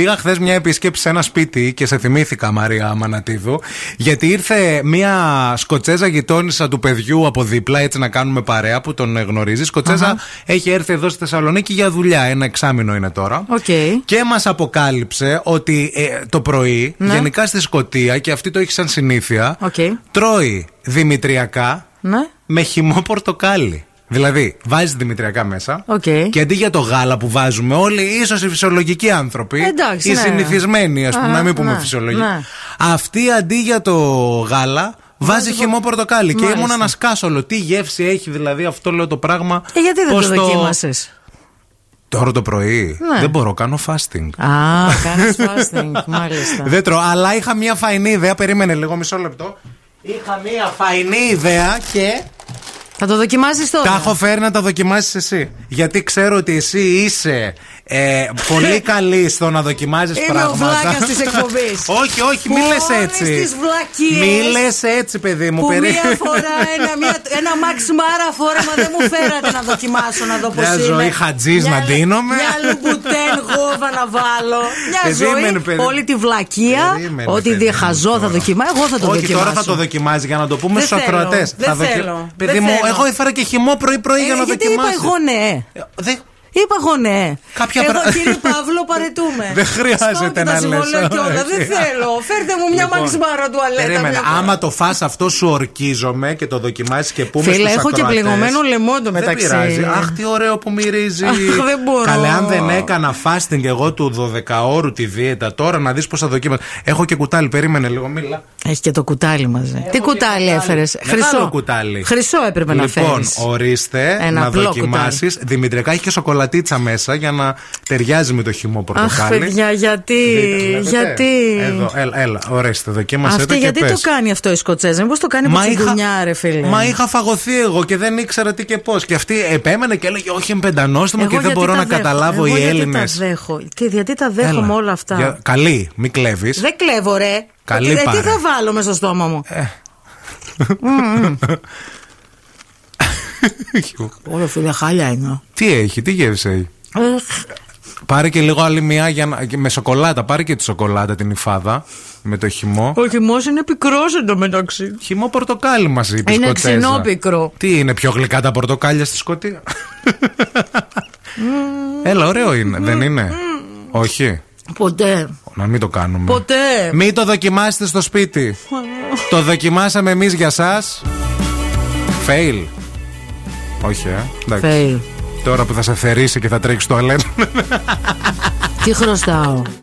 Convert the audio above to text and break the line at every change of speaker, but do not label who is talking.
Πήγα χθες μια επίσκεψη σε ένα σπίτι και σε θυμήθηκα, Μαρία Μανατίδου, γιατί ήρθε μια Σκοτσέζα γειτόνισσα του παιδιού από δίπλα, έτσι να κάνουμε παρέα που τον γνωρίζεις. Σκοτσέζα έχει έρθει εδώ στη Θεσσαλονίκη για δουλειά. Ένα εξάμεινο είναι τώρα.
Okay.
Και μας αποκάλυψε ότι ε, το πρωί,
Ναι.
γενικά στη Σκωτία, και αυτή το έχει σαν συνήθεια,
Okay.
τρώει δημητριακά
Ναι.
με χυμό πορτοκάλι. Δηλαδή, βάζεις δημητριακά μέσα.
Οκ.
Και αντί για το γάλα που βάζουμε όλοι, ίσως οι φυσιολογικοί άνθρωποι.
Εντάξει,
οι
ναι.
συνηθισμένοι, ας πούμε,
Α,
να μην πούμε
ναι,
φυσιολογικοί.
ναι.
Αυτή αντί για το γάλα, βάζει χυμό πορτοκάλι. Και
Μάλιστα.
ήμουν ένα σκάσολο. Τι γεύση έχει δηλαδή αυτό, λέω το πράγμα.
Ε, γιατί δεν
Πώς
το δοκίμασες.
Τώρα το πρωί
Ναι.
δεν μπορώ, κάνω fasting.
Α, κάνεις fasting, μάλιστα.
Δεν τρώω, αλλά είχα μια φαϊνή ιδέα. Περίμενε λίγο, μισό λεπτό. Είχα μια φαϊνή ιδέα και.
Θα το δοκιμάσεις τώρα.
Τα έχω φέρει να τα δοκιμάσεις εσύ. Γιατί ξέρω ότι εσύ είσαι ε, πολύ καλή στο να δοκιμάζεις
Είμαι ο
πράγματα.
βλάκας της εκπομπής.
όχι, όχι,
Που
μη λες
όλες
έτσι.
τις βλακίες
Μη λες έτσι, παιδί μου.
Που
περί-
μία φορά ένα, μία, ένα Max Mara φόρεμα δεν μου φέρατε να δοκιμάσω να δω πώς
Μια
είναι.
ζωή χατζής να ντύνομαι.
Μια λουμπουτέν γόβα να βάλω. Μια
Περίμενε,
ζωή.
περίμενε.
Όλη τη βλακεία.
Περίμενε,
Ό,τι
παιδί μου,
διχαζό θα
τώρα.
δοκιμάσω. Εγώ θα το
όχι,
δοκιμάσω.
τώρα θα το δοκιμάζει για να το πούμε
Δεν
στους
θέλω,
ακροατές.
δεν θέλω,
Παιδί
δεν
μου,
θέλω.
εγώ έφερα και χυμό πρωί-πρωί για
Ε,
να Ε,
γιατί είπα
δοκιμάσει.
εγώ ναι. Είπα εγώ ναι.
Κάποια
Εγώ
πρα-
κύριε Παύλο παρετούμε.
Δεν χρειάζεται να
Στop τα
λες,
συμβόλαια και όλα. Δεν
όχι.
θέλω. Φέρτε μου μια
Λοιπόν,
Max Mara τουαλέτα.
Περίμενε.
μια φορά.
Άμα το φας αυτό, σου ορκίζομαι και το δοκιμάσεις και πούμε
Φίλε,
στους
έχω και
ακροατές.
πληγωμένο λαιμό το μεταξύ.
Δεν πειράζει. Αχ, τι ωραίο που μυρίζει.
Αχ, δεν μπορώ.
Καλέ, αν δεν έκανα fasting εγώ του 12ωρου τη δίαιτα, τώρα να δεις πώς θα δοκίμασα. Έχω και κουτάλι, περίμενε λίγο, μίλα.
Έχει και το κουτάλι μαζί. Τι
και
κουτάλι
κουτάλι.
έφερες.
Μεγάλο
Χρυσό.
κουτάλι.
Χρυσό έπρεπε να φέρει.
Λοιπόν, ορίστε
Ένα
να
απλό
δοκιμάσεις. Δημητριακά έχει και σοκολατίτσα μέσα για να ταιριάζει με το χυμό πορτοκάλι.
Αχ, παιδιά, γιατί.
Δείτε, βλέπετε.
Ε, γιατί.
Εδώ, έλα, έλα, ορίστε, δοκίμασε το
Αυτή
και
γιατί
πες.
το κάνει αυτό η Σκοτσέζα, Μήπως το κάνει
Μα
με
είχα,
τσιγκουνιά, ρε φίλε.
μα είχα φαγωθεί εγώ και δεν ήξερα τι και πώς. Και αυτή επέμενε και έλεγε: Όχι, εμπεντανόστιμο
Εγώ
και δεν
γιατί
μπορώ
τα
να
δέχομαι.
καταλάβω
Εγώ
οι
γιατί
Έλληνε.
τα δέχω. Τι, γιατί τα δέχομαι όλα αυτά.
Καλή, μην κλέβεις.
Δεν κλέβω, ρε.
Καλή
Ε,
πάρε. Ε.
τι θα βάλω μέσα στο στόμα μου. Όλα φίλε, χάλια είναι.
τι έχει, τι γεύση έχει.
Εχ,
Πάρε και λίγο άλλη μια για να... και με σοκολάτα. Πάρε και τη σοκολάτα την υφάδα με το χυμό.
Ο χυμός είναι πικρός εντωμεταξύ.
Χυμό πορτοκάλι μας είπε. η
Είναι
Σκοτσέζα.
ξινόπικρο.
Τι είναι, πιο γλυκά τα πορτοκάλια στη Σκωτία.
Mm.
Έλα, ωραίο είναι, δεν είναι. Όχι.
Ποτέ.
Να μην το κάνουμε.
Mm. Ποτέ.
Μην το δοκιμάσετε στο σπίτι. το δοκιμάσαμε εμείς για εσά. Fail. Όχι, ε. Εντάξει.
Fail.
Τώρα που θα σε θερήσει και θα τρέξεις το αλέν.
Τι χρωστάω.